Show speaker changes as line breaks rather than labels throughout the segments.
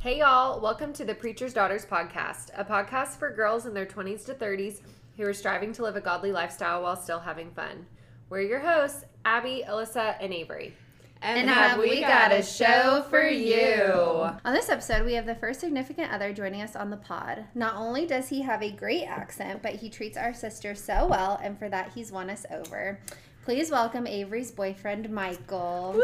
Hey, y'all. Welcome to the Preacher's Daughters podcast, a podcast for girls in their 20s to 30s who are striving to live a godly lifestyle while still having fun. We're your hosts, Abby, Alyssa, and Avery.
And have we got a show for you?
On this episode, we have the first significant other joining us on the pod. Not only does he have a great accent, but he treats our sister so well, and for that, he's won us over. Please welcome Avery's boyfriend, Michael.
Woo!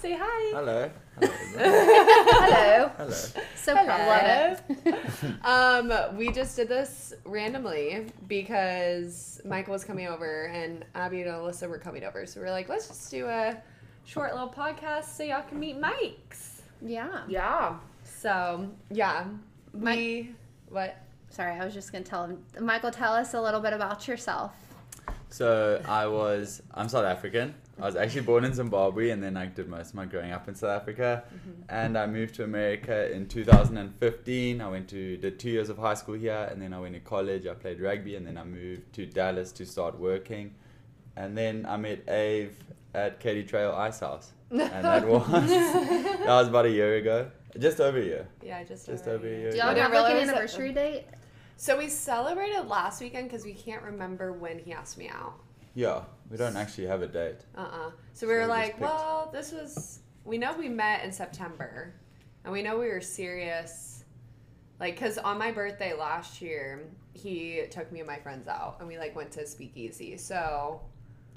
Say hi.
Hello. Hello.
Hello.
Hello.
So proud.
Hello.
um, we just did this randomly because Michael was coming over and Abby and Alyssa were coming over. So we are like, let's just do a short little podcast so y'all can meet Mike's.
Yeah.
Yeah.
So yeah,
Mi-
we what?
Sorry, I was just going to tell him. Michael, tell us a little bit about yourself.
So I was I'm South African. I was actually born in Zimbabwe and then I did most of my growing up in South Africa.
Mm-hmm.
And I moved to America in 2015. I went to did two years of high school here and then I went to college. I played rugby and then I moved to Dallas to start working. And then I met Ave at Katy Trail Ice House. And that was that was about a year ago. Just over a year.
Yeah, just
Just
over
over a
here.
year
Do
ago.
y'all have
didn't
like an
realize that-
anniversary date?
So we celebrated last weekend because we can't remember when he asked me out.
Yeah. We don't actually have a date.
Uh uh So we
So we
were
just
like,
picked-
well, this was. We know we met in September, and we know we were serious. Like, cause on my birthday last year, he took me and my friends out, and we like went to a speakeasy. So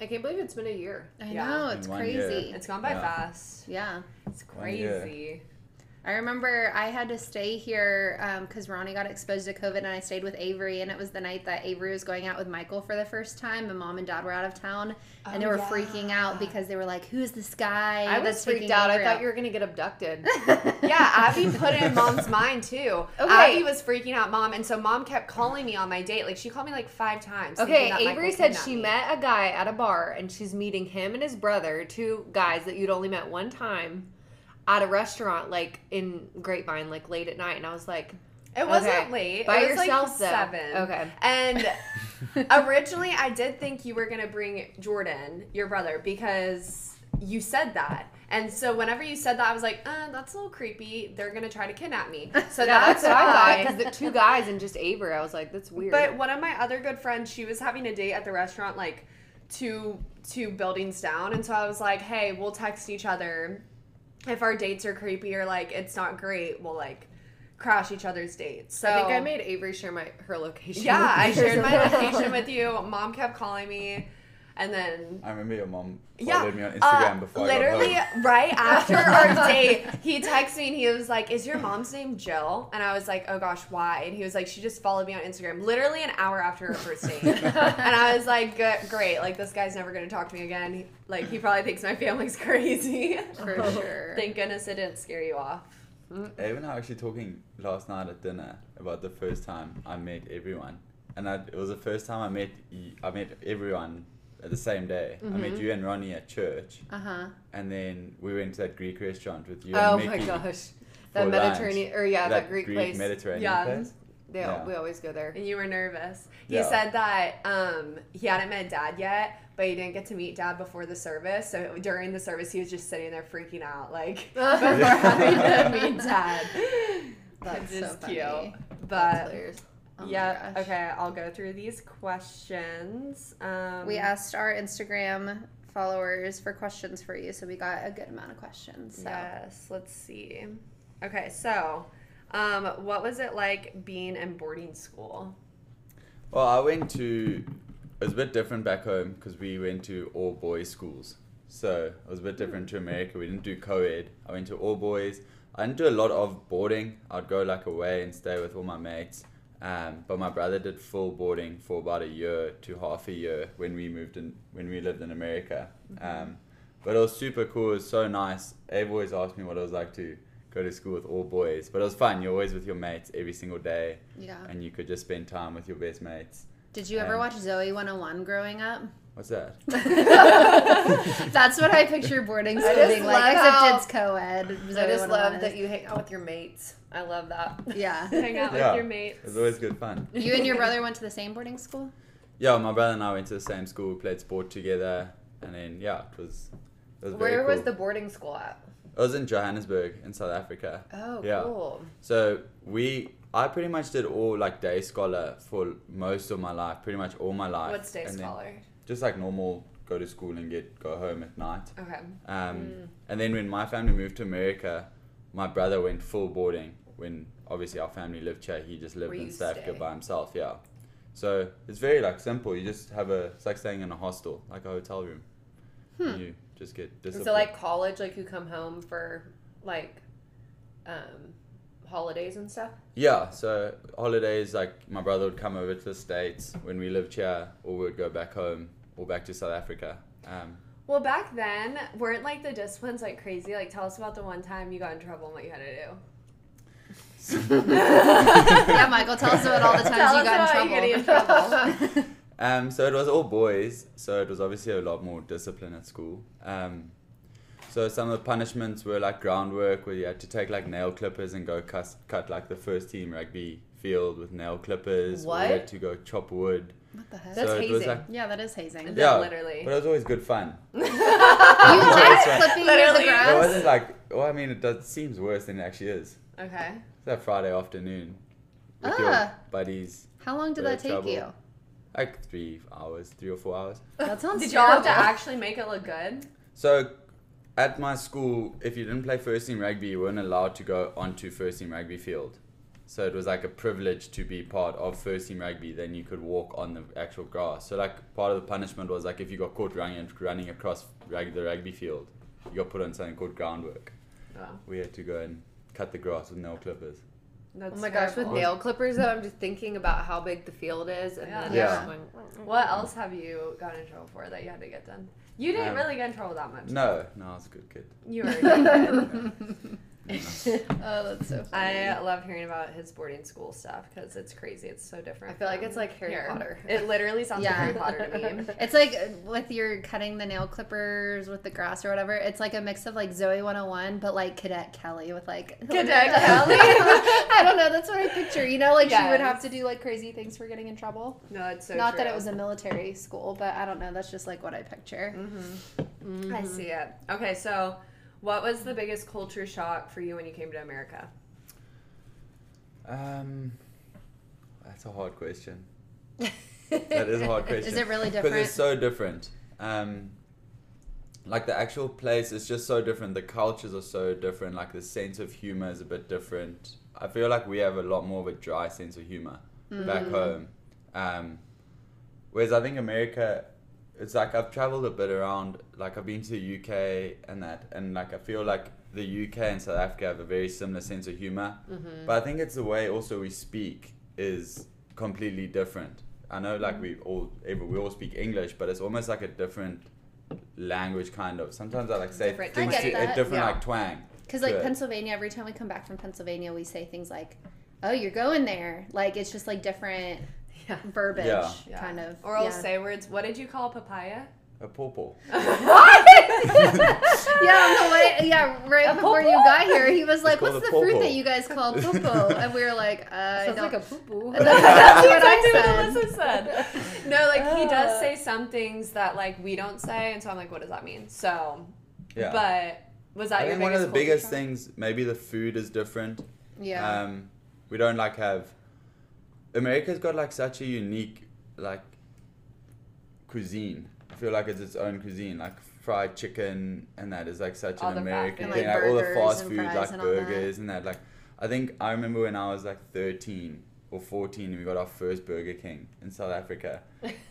I can't believe it's been a year.
I
Yeah.
know,
In
it's
one year.
crazy.
it's gone by
Yeah.
fast.
Yeah.
It's
One year.
crazy.
I remember I had to stay here because Ronnie got exposed to COVID and I stayed with Avery. And it was the night that Avery was going out with Michael for the first time, and mom and dad were out of town. And they
Oh,
were
yeah.
freaking out because they were like, Who's this guy?
I was freaked out. I thought you were going to get abducted.
were.
Yeah, Abby put it in mom's mind too.
Okay.
Abby was freaking out mom, and so mom kept calling me on my date. Like she called me like five times.
Okay,
thinking that
Avery
Michael
said
kidnapped
she
me.
met a guy at a bar and she's meeting him and his brother, two guys that you'd only met one time at a restaurant like in Grapevine, like late at night. And I was like,
It wasn't
Okay.
late.
By
it was
yourself,
like
though.
seven.
Okay.
And originally, I did think you were gonna bring Jordan, your brother, because you said that. And so whenever you said that, I was like, uh, that's a little creepy. They're gonna try to kidnap me. So
yeah, that's what I
why.
thought. Because the two guys and just Avery, I was like, that's weird.
But one of my other good friends, she was having a date at the restaurant like two two buildings down, and so I was like, "Hey, we'll text each other if our dates are creepy or like it's not great. We'll like crash each other's dates." So
I think I made Avery share my her location.
Yeah, I
with you.
shared my location with you. Mom kept calling me, and then
I remember your mom
yeah,
followed me on
uh,
Instagram before I
literally
got home.
right after our date, he texted me and he was like, "Is your mom's name Jill?" And I was like, "Oh gosh, why?" And he was like, "She just followed me on Instagram." Literally an hour after her first date, and I was like, "Good- "Great, like this guy's never gonna talk to me again. He- Like he probably thinks my family's crazy."
For sure.
Thank goodness it didn't scare you off.
Ava and I were actually talking last night at dinner about the first time I met everyone, and I, it was the first time I met y- I met everyone at the same day. I
Mm-hmm.
met you and Ronnie at church,
Uh huh.
and then we went to that Greek restaurant with you
Oh
and Mickey.
my gosh. That
for lunch.
Mediterranean, or yeah, that, Greek, place.
Mediterranean
Yeah.
place.
they,
yeah.
We always go there.
And you were nervous. He
Yeah.
said that um, he hadn't met dad yet, but he didn't get to meet dad before the service. So during the service, he was just sitting there freaking out, like before having to meet dad.
That's
Which
so
is
funny.
That's
But
hilarious.
Oh my
yeah,
gosh.
okay. I'll go through these questions. Um,
We asked our Instagram followers for questions for you, so we got a good amount of questions. So.
Yes. Let's see. Okay, so. Um, what was it like being in boarding school?
Well, I went to. It was a bit different back home because we went to all boys schools. So it was a bit different to America. We didn't do co ed. I went to all boys. I didn't do a lot of boarding. I'd go like away and stay with all my mates. Um, but my brother did full boarding for about a year to half a year when we moved in, when we lived in America. Um, but it was super cool. It was so nice. Abe always asked me what it was like to go to school with all boys. But it was fun. You're always with your mates every single day
Yeah.
and you could just spend time with your best mates.
Did you ever
And-
watch Zoe 101 growing up?
What's that?
That's what I picture boarding school
just
being like,
love
except
how-
it's co-ed.
I
Zoe 101
just love
is.
that you hang out with your mates. I love that.
Yeah.
Hang out
Yeah.
with your mates.
It was always good fun.
You and your brother went to the same boarding school?
Yeah, my brother and I went to the same school, we played sport together, and then yeah, it was. It was very
Where was the
cool.
boarding school at?
It was in Johannesburg in South Africa.
Oh,
Yeah.
cool.
So we, I pretty much did all like day scholar for most of my life, pretty much all my life.
What's day
And then
scholar?
Just like normal, go to school and get go home at night.
Okay.
Um,
Mm.
And then when my family moved to America, my brother went full boarding. When obviously our family lived here, he just lived
Where
in
you
South Africa
stay.
by himself. Yeah. So it's very like simple. You just have a it's like staying in a hostel, like a hotel room.
Hmm.
And You just get
And
disciplined.
so, like college, like you come home for like um, holidays and stuff.
Yeah, so holidays, like my brother would come over to the States when we lived here, or we would go back home or back to South Africa. Um,
Well, back then, weren't like the disciplines like crazy? Like, tell us about the one time you got in trouble and what you had to do.
yeah, Michael, tell us about all the times
Tell
you
us
got
about
in
you
trouble.
getting in trouble.
um, so it was all boys, so it was obviously a lot more discipline at school. Um, so some of the punishments were like groundwork, where you had to take like nail clippers and go cuss, cut like the first team rugby field with nail clippers. or
What?
You had to go chop wood.
what the heck?
That's
so it was
hazing.
like
Yeah, that is hazing.
Yeah, literally.
But it was always good fun.
you like
right.
clipping
Literally.
the
It
grass?
wasn't like well, I mean, it does, seems worse than it actually is.
Okay.
It's that Friday afternoon with
Ah.
your buddies.
How long did
Bit
that
of
take
trouble.
you?
Like three hours, three or four hours.
That sounds
Did y'all have to
terrible.
actually make it look good?
So at my school, if you didn't play first team rugby, you weren't allowed to go onto first team rugby field. So it was like a privilege to be part of first team rugby. Then you could walk on the actual grass. So like part of the punishment was like if you got caught running running across rug, the rugby field, you got put on something called groundwork.
Wow.
We had to go and cut the grass with nail clippers.
That's
Oh my gosh, with
terrible.
nail clippers though, I'm just thinking about how big the field is and then
Yeah.
just going-
What else have you gotten in trouble for that you had to get done? You didn't
Um,
really get in trouble that much.
No, no, I was a good kid.
You were. a good kid.
Oh, that's so funny.
I love hearing about his boarding school stuff because it's crazy. It's so different.
I feel like
from
it's like Harry
here.
Potter.
It literally sounds
Yeah.
like Harry Potter to me.
It's like uh, with your cutting the nail clippers with the grass or whatever. It's like a mix of like Zoe 101, but like Cadet Kelly with like
Cadet Kelly?
I don't know. That's what I picture. You know, like she would
Yes.
have to do like crazy things for getting in trouble.
No, it's so
Not that
true.
it was a military school, but I don't know. That's just like what I picture.
Mm-hmm. I
Mm-hmm.
see it. Okay, so what was the biggest culture shock for you when you came to America?
Um, that's a hard question. That is a hard question.
Is it really
Because
different?
it's so different. Um, like the actual place is just so different. The cultures are so different. Like the sense of humor is a bit different. I feel like we have a lot more of a dry sense of humor
Mm.
back home. Um, whereas I think America, it's like I've traveled a bit around. Like I've been to the UK and that, and like I feel like the UK and South Africa have a very similar sense of humor.
Mm-hmm.
But I think it's the way also we speak is completely different. I know
Mm-hmm.
like we all every- we all speak English, but it's almost like a different language kind of. Sometimes I like say
Different
things
twang. I get
to, a
that,
different
yeah.
like twang.
Because
to
like
it.
Pennsylvania, every time we come back from Pennsylvania, we say things like, "Oh, you're going there." Like it's just like different
Yeah.
verbiage,
Yeah.
Yeah.
kind of.
Or I'll
yeah.
say words. What did you call papaya?
A pawpaw.
Yeah, no, what, yeah, right before you
popo?
got here, he was like,
called
"What's
a
the fruit
popo."
that you guys call popo?" And we were like, uh, I
Sounds
don't.
like a poo poo.
That's what I
That's
said.
exactly what Alyssa said. Ah. No, like he does say some things that like we don't say, and so I'm like, what does that mean? So,
Yeah.
but was that
I
your
think
biggest
one of the
culture
biggest
shock?
things maybe the food is different.
yeah,
Um, we don't like have. America's got like such a unique like cuisine. I feel like it's its own cuisine, like fried chicken and that is like such
All
an
the fast
American
food.
thing.
And,
Like,
like,
all the
burgers
fast
and
food,
fries
like
and all that.
burgers and that. Like I think I remember when I was like thirteen or fourteen, we got our first Burger King in South Africa,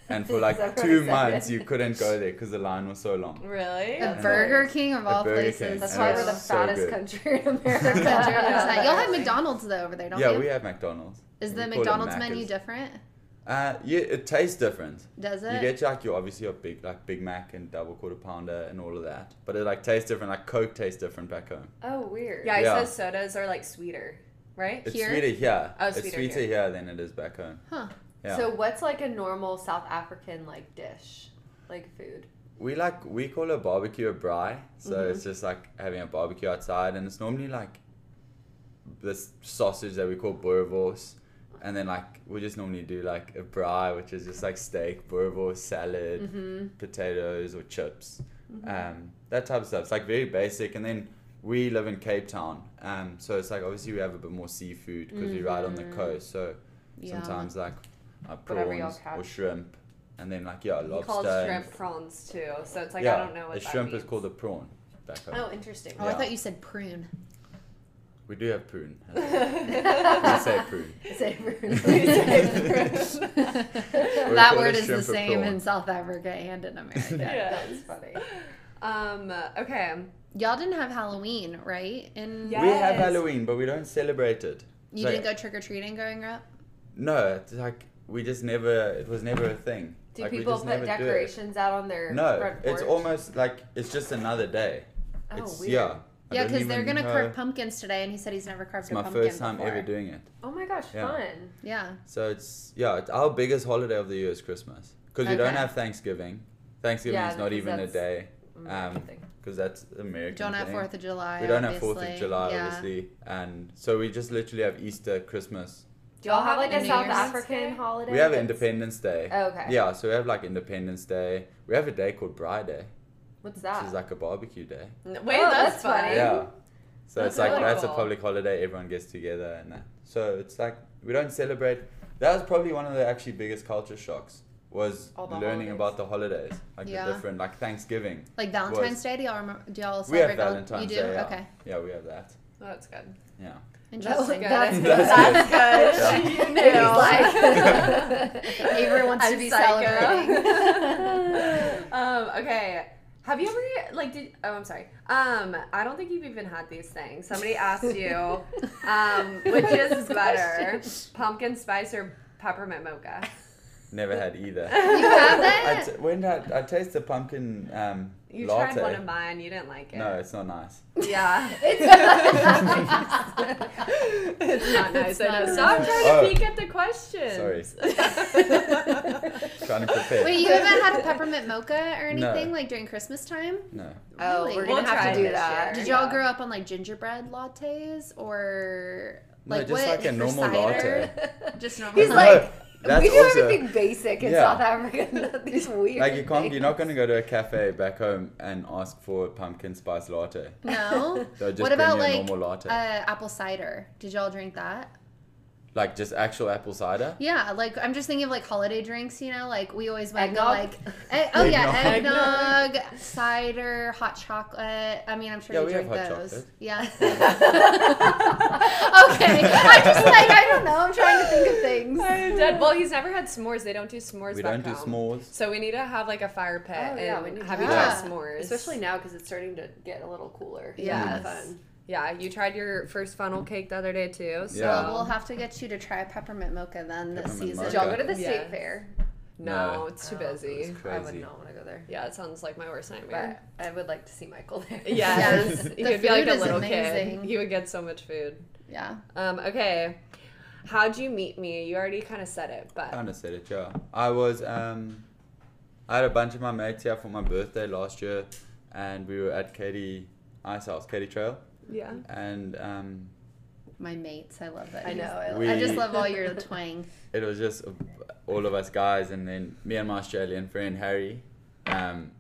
and for
Is that
like
what
two
I said?
months you couldn't go there because the line was so long.
Really?
a
Yeah.
Burger King of
A
all
Burger
places.
King.
That's
And
why
it's
we're the
so
fattest
good.
country in America.
Hundred percent. Y'all have
Yeah.
McDonald's though over there, don't
yeah,
you?
we have McDonald's.
Is
We
the
call it
McDonald's
Macca's.
menu different?
Uh, yeah, it tastes different.
Does
You
it?
get like your obviously your big like Big Mac and double quarter pounder and all of that, but it like tastes different. Like Coke tastes different back home.
Oh, weird.
Yeah, he
Yeah.
says sodas are like sweeter, right?
It's
Here?
sweeter here.
Oh,
it's
sweeter
sweeter
here.
here. than it is back home.
Huh.
Yeah.
So what's like a normal South African like dish, like food?
we like we call a barbecue a braai, so it's just like having a barbecue outside, and it's normally like this sausage that we call boerewors, and then like we just normally do like a braai, which is just like steak, boerewors, salad,
Mm-hmm.
Mm-hmm.
potatoes or chips, um, that type of stuff. It's like very basic, and then we live in Cape Town, um, so it's like obviously we have a bit more seafood because we ride on the
Mm-hmm.
coast. So
Yeah.
sometimes like uh,
Whatever y'all
prawns or
catch.
shrimp, and then like yeah,
He
lobster.
calls
and-
shrimp prawns too, so it's like I
yeah,
don't know what
a
that
shrimp
means.
is called a prawn. Back home.
Oh, interesting.
Oh, I
Yeah.
thought you said prune.
We do have prune. we
That's
say prune. We've
that
got
word
a
is the
shrimp
same
prawn.
in South Africa and in America.
funny.
Um. Okay.
Y'all didn't have Halloween, right? In
Yeah.
We have
Yes.
Halloween, but we don't celebrate it.
you
Like-
didn't go trick or treating growing up.
No, it's like we just never. It was never a thing.
Do
like, we
people
just
put
never do it.
decorations out on their
No,
front porch?
it's almost like it's just another day.
oh,
it's
weird.
yeah. I
Yeah,
don't
because they're
even
gonna
know.
carve pumpkins today, and he said he's never carved
It's
a
my
pumpkin
first time
before.
ever doing it.
Oh my gosh,
Yeah.
fun.
Yeah,
So it's yeah, it's our biggest holiday of the year is Christmas because we don't
Okay.
have Thanksgiving. Thanksgiving
Yeah,
is not
because
even a
that's
day
American
Um,
thing.
because that's American.
don't have
thing.
Fourth of July.
We don't have
obviously.
Fourth of July,
yeah.
obviously, and so we just literally have Easter, Christmas.
Do y'all have like
a
a
New
South
Year's
African
Day?
holiday?
We have
that's-
Independence Day.
Oh, okay.
Yeah, so we have like Independence Day. We have a day called Bri Day,
What's
which
that?
is like a barbecue day.
Wait,
Oh,
that's,
that's
funny.
funny.
Yeah. So
That's
it's like
really
that's a
cool.
public holiday. Everyone gets together and that. So it's like we don't celebrate. That was probably one of the actually biggest culture shocks was
All the
learning
holidays.
about the holidays, like
Yeah.
the different like Thanksgiving.
Like Valentine's Day, do y'all remember? Do y'all
We have
celebrate Val-
Valentine's
You do?
Day. Yeah.
Okay,
Yeah, we have that.
Oh, that's good.
Yeah.
interesting.
That's,
That's
that's,
good.
good.
Yeah.
You
It
knew.
Avery wants to
I'm
be
psycho.
celebrating.
um, okay. Have you ever like did oh I'm sorry. Um, I don't think you've even had these things. Somebody asked you, um, which is better, pumpkin spice or peppermint mocha?
Never had either.
You have
I
that?
t- when did I, I taste the pumpkin um,
You
latte.
tried one of mine. You didn't like it.
no, it's not nice.
Yeah. it's not nice. I know.
not
Stop
nice.
trying to
Oh.
peek at the questions. Sorry.
Trying to prepare.
Wait, you haven't had peppermint mocha or
No.
anything like during Christmas time?
No.
Oh, we're
Really?
gonna
We'll try
have to
it
do
this
that.
year.
Did y'all
Yeah.
grow up on like gingerbread lattes or
No,
like
just
what?
like a
for
normal
cider?
latte.
Just normal.
He's
No,
like,
that's
we do
also-
everything basic in
Yeah.
South Africa. Not these weird.
Like you can't. You're not
things.
going to go to a cafe back home and ask for a pumpkin spice latte.
no.
They'll just
What
bring
about
you a
like
normal latte.
uh, apple cider? Did y'all drink that?
like just actual apple cider.
Yeah, like I'm just thinking of like holiday drinks, you know, like we always went to
Eggnog?
like eh, oh yeah,
Eggnog.
eggnog, cider, hot chocolate. I mean, I'm sure
Yeah,
you
we
drink
have hot
those.
chocolate.
Yeah. okay. I'm just like I don't know. I'm trying to think of things.
I'm dead. Well, he's never had s'mores. They don't do s'mores.
we
back
don't do
home.
s'mores.
So we need to have like a fire pit
Oh, yeah, we
and
need
have
to
you
do
try
that.
s'mores,
Especially now because it's starting to get a little cooler.
Yes.
Fun.
Yeah, you tried your first funnel cake the other day too. So
Yeah.
Well, we'll have to get you to try peppermint mocha then this
Peppermint
season.
Did y'all go to the
Yeah.
state fair?
no,
No.
it's too
Oh,
It's
busy.
I would
crazy.
not want to go there.
Yeah, it sounds like my worst nightmare.
But I would like to see Michael there.
Yes,
Yes.
he
The
would be like
food
a
is
little
amazing.
kid. He would get so much food.
Yeah.
Um, okay, how'd you meet me? You already kind of said it, but
Kind of said it, yeah. I was um, I had a bunch of my mates here for my birthday last year, and we were at Katie Ice House, Katie Trail,
yeah,
and um,
My mates, I love that.
I know. I
We-
I just love all your twang.
it was just all of us guys, and then me and my Australian friend Harry, um,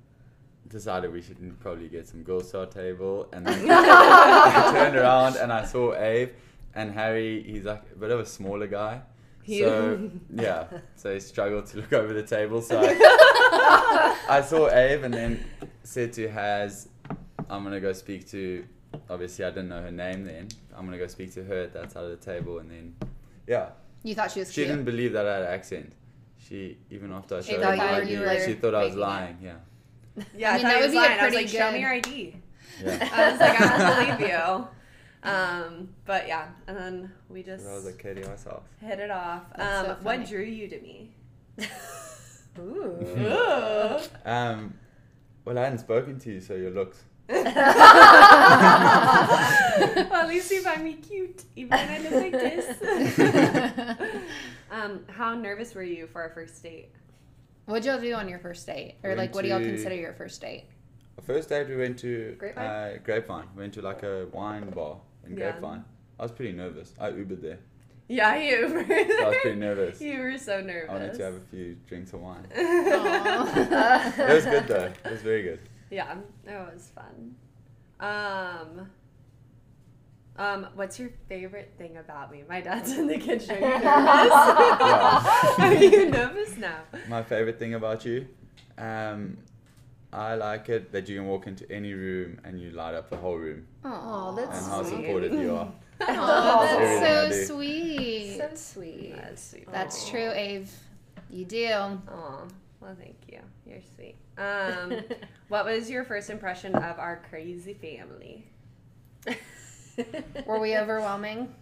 decided we should probably get some girls to our table, and then I turned around and I saw Abe and Harry. He's like a bit of a smaller guy.
He-
So yeah, so he struggled to look over the table. So I, I saw Abe and then said to Haz, "I'm gonna go speak to." Obviously, I didn't know her name then. I'm gonna go speak to her at that side of the table, and then yeah,
You thought she was
she
cute.
didn't believe that I had an accent. She even after I showed
thought
her
you
my
were-
ID,
you were
she thought I was
faking it.
lying. Yeah,
yeah. I,
mean,
thought he
that would
was
be a
lying. I was
pretty
like, show me
good-
your ID.
yeah.
I was like, I don't believe you. Um, but yeah, and then we just
So I was like Katie myself.
hit it off. Um,
That's so
what
funny.
drew you to me?
Hmm.
Ooh.
Ooh.
Um, well, I hadn't spoken to you, so your looks.
well, at least you find me cute, even when I look like this. um, how nervous were you for our first date?
What'd y'all do on your first date? Or
Went
like what do y'all
to-
consider your first date?
The first date we went to
Grapevine?
Uh, Grapevine. We went to like a wine bar in
Yeah.
Grapevine. I was pretty nervous. I Ubered there.
Yeah, you
So I was
were.
pretty nervous.
you were so
I wanted
nervous.
to have a few drinks of wine.
Aw.
um,
It was good though. It was very good.
yeah, it was fun. Um, Um, what's your favorite thing about me? My dad's in the kitchen. Are you nervous? Are you nervous now?
My favorite thing about you, um, I like it that you can walk into any room and you light up the whole room
Oh,
and
that's
how
sweet.
supportive you are.
Aw,
Everything I do.
that's so sweet.
So sweet.
That's sweet.
That's true, Ave. You do.
Oh, well, thank you. You're sweet. Um, what was your first impression of our crazy family?
Were we overwhelming?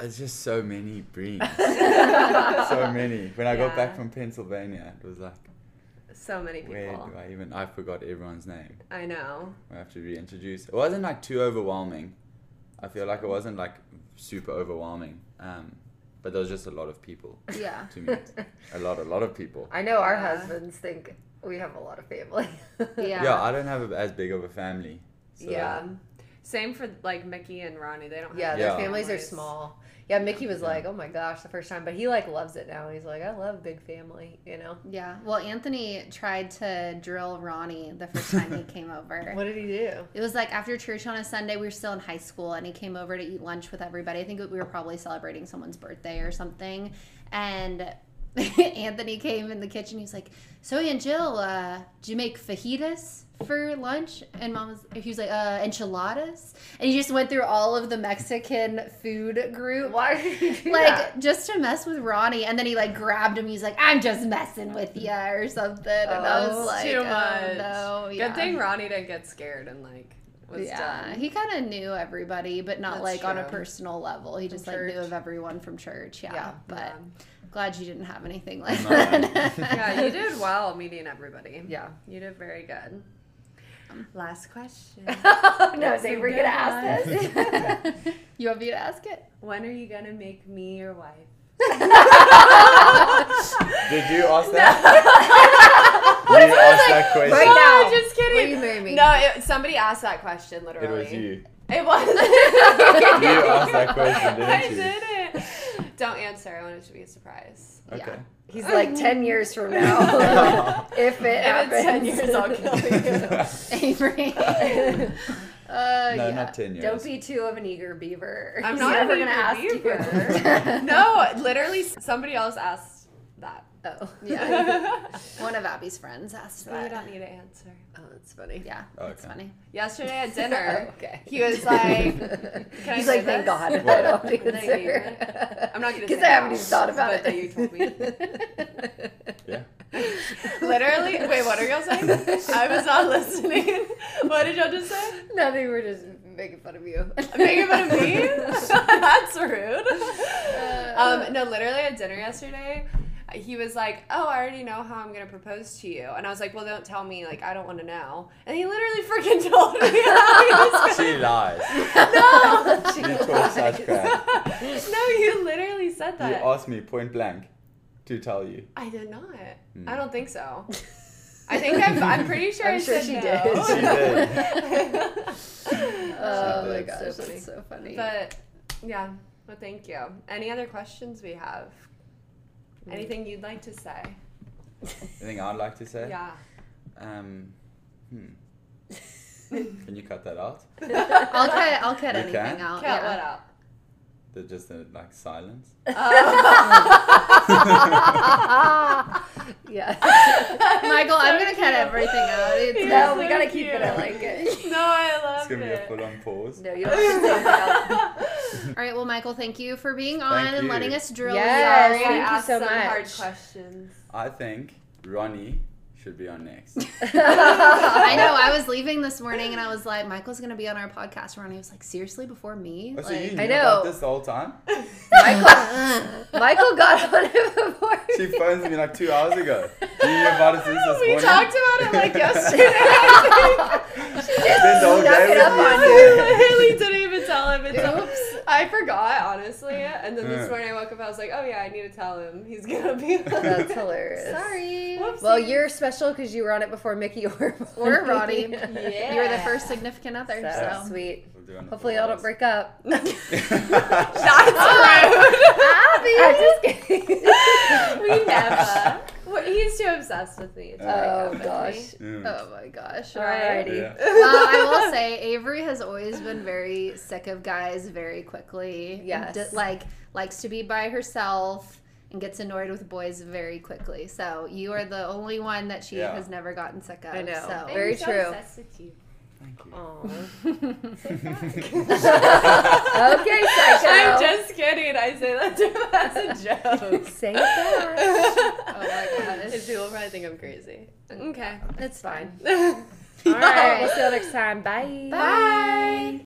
It's just so many breeds,
so
so many. When I got
Yeah.
back from Pennsylvania, it was like,
many people.
where do I even? I forgot everyone's name.
I know.
We have to reintroduce. It wasn't like too overwhelming. I feel like it wasn't like super overwhelming. Um, but there was just a lot of people
Yeah.
to meet. a lot, a lot of people.
I know our
Yeah.
husbands think we have a lot of family.
Yeah.
Yeah, I don't have as big of a family. So
Yeah.
Same for like Mickey and Ronnie. They don't. Have
Yeah,
big
their
Yeah.
families are small. Yeah, Mickey was like, "Oh my gosh," the first time, but he like loves it now. He's like, "I love big family," you know.
Yeah. Well, Anthony tried to drill Ronnie the first time he came over.
What did he do?
It was like after church on a Sunday, we were still in high school, and he came over to eat lunch with everybody. I think we were probably celebrating someone's birthday or something. And Anthony came in the kitchen. He's like, "So Aunt Jill, uh, did you make fajitas for lunch?" And mom was, he was like, uh, "Enchiladas." And he just went through all of the Mexican food group.
Why did he do
Like
that?
just to mess with Ronnie, and then he like grabbed him. He's like, "I'm just messing with you" or something, and I
Oh,
was like,
too
"Oh,
much.
no,
Good
yeah."
thing Ronnie didn't get scared and like was
yeah,
done.
he kind of knew everybody, but
That's
not like on a
true.
personal level. He just like
church.
knew of everyone from church. Yeah,
Yeah,
but
yeah.
glad you didn't have anything like
No.
that.
yeah, you did well meeting everybody.
Yeah.
You did very good. Um, Last question.
no,
That's
they
a
were gonna
good
ask
one.
this.
you want me to ask it?
When are you gonna make me your wife?
Did you ask that? you asked that question.
Right now.
just kidding.
Will you marry me?
No, it, somebody asked that question literally.
It was you.
It was.
You asked that question, didn't
I
you?
did it. Don't answer. I want it to be a surprise.
Yeah.
Okay.
He's like ten years from now, if it
If
happens.
it's ten years, I'll kill you.
Avery. uh,
no,
yeah.
not ten years.
Don't be too of an eager beaver.
I'm
He's
not
never
an
gonna ask
eager beaver.
you.
no, literally, somebody else asked that.
oh,
yeah. One of Abby's friends asked
so you
that.
don't need to answer.
oh, that's funny.
Yeah, that's
Okay.
funny.
Yesterday at dinner,
Oh, okay.
he was like, Can I
He's
say
like,
this?"
thank God
What?
I don't
Can I say
answer.
I'm not gonna
Because
say
I haven't
how,
even thought about
but
it.
that you told me.
Yeah.
Literally, wait, what are y'all saying? I was not listening. what did y'all just say?
No, they were just making fun of you.
Making fun of me? That's rude. Um, no, literally at dinner yesterday, he was like, "Oh, I already know how I'm gonna propose to you," and I was like, "Well, don't tell me. Like, I don't want to know." And he literally freaking told me. How he was gonna-
She lies.
She
You talk such crap.
no, you literally said
You
that.
asked me point blank to tell you.
I did not.
Hmm.
I don't think so. I think I'm, I'm pretty sure
I'm
I
sure
said
she
no.
did.
She did.
Oh my
That's
gosh,
so funny.
that's so funny.
But yeah, well, thank you. Any other questions we have?
Mm.
Anything you'd like to say?
Anything I'd like to say?
Yeah.
Um, hmm. Can you cut that out?
I'll cut. I'll cut
You
anything
can?
out.
Cut
yeah.
what out?
The, just the like silence.
Oh.
yeah.
Michael, I'm
So
gonna cut everything out. It's
No, we
so
gotta keep it. I
cute.
like it.
No, I
It's
love
gonna be a
it.
full on pause.
No, you don't have to say that.
All right, well, Michael, thank you for being on
Thank
and
you.
letting us drill
Yes,
you.
We're
thank
gonna
you
ask
so
some hard
much.
questions.
I think Ronnie should be on next. Oh,
I know. I was leaving this morning and I was like, Michael's going to be on our podcast. Ronnie was like, seriously, before me?
Oh, so
Like,
you knew
I
about
know.
this the whole time?
Michael got on it before.
She
me.
phones me like two hours ago. You knew about it since this
We
morning.
talked about it like yesterday.
Spend the whole
snuck
day
it
with
up
you.
on
Literally didn't even tell him. Until I forgot, honestly. And then this
Yeah.
morning I woke up, I was like, oh yeah, I need to tell him. He's gonna be.
That's hilarious.
Sorry.
Whoopsie.
Well, you're special because you were on it before Mickey or
Or Ronnie.
Yeah.
You were the first significant other,
So
so.
sweet.
We'll do it on the
Hopefully, y'all don't
podcast.
break up.
That's rude.
I'm just kidding.
we never. We're he's too obsessed with me. to
Oh
break up with me.
gosh.
Mm.
Oh my gosh.
Right?
Alrighty.
Yeah.
well, I will say Avery has always been very sick of guys very quickly.
Yes.
D- like likes to be by herself and gets annoyed with boys very quickly. So you are the only one that she
Yeah.
has never gotten sick of.
I know.
I'm
Very
so
true.
obsessed with you.
Thank you.
Aw.
okay,
I'm just kidding. I say that to him as a joke.
Say that.
Oh my
Because
gosh.
people probably think I'm crazy. Okay.
It's fine.
All right.
Alright.
We'll see you next time. Bye.
Bye.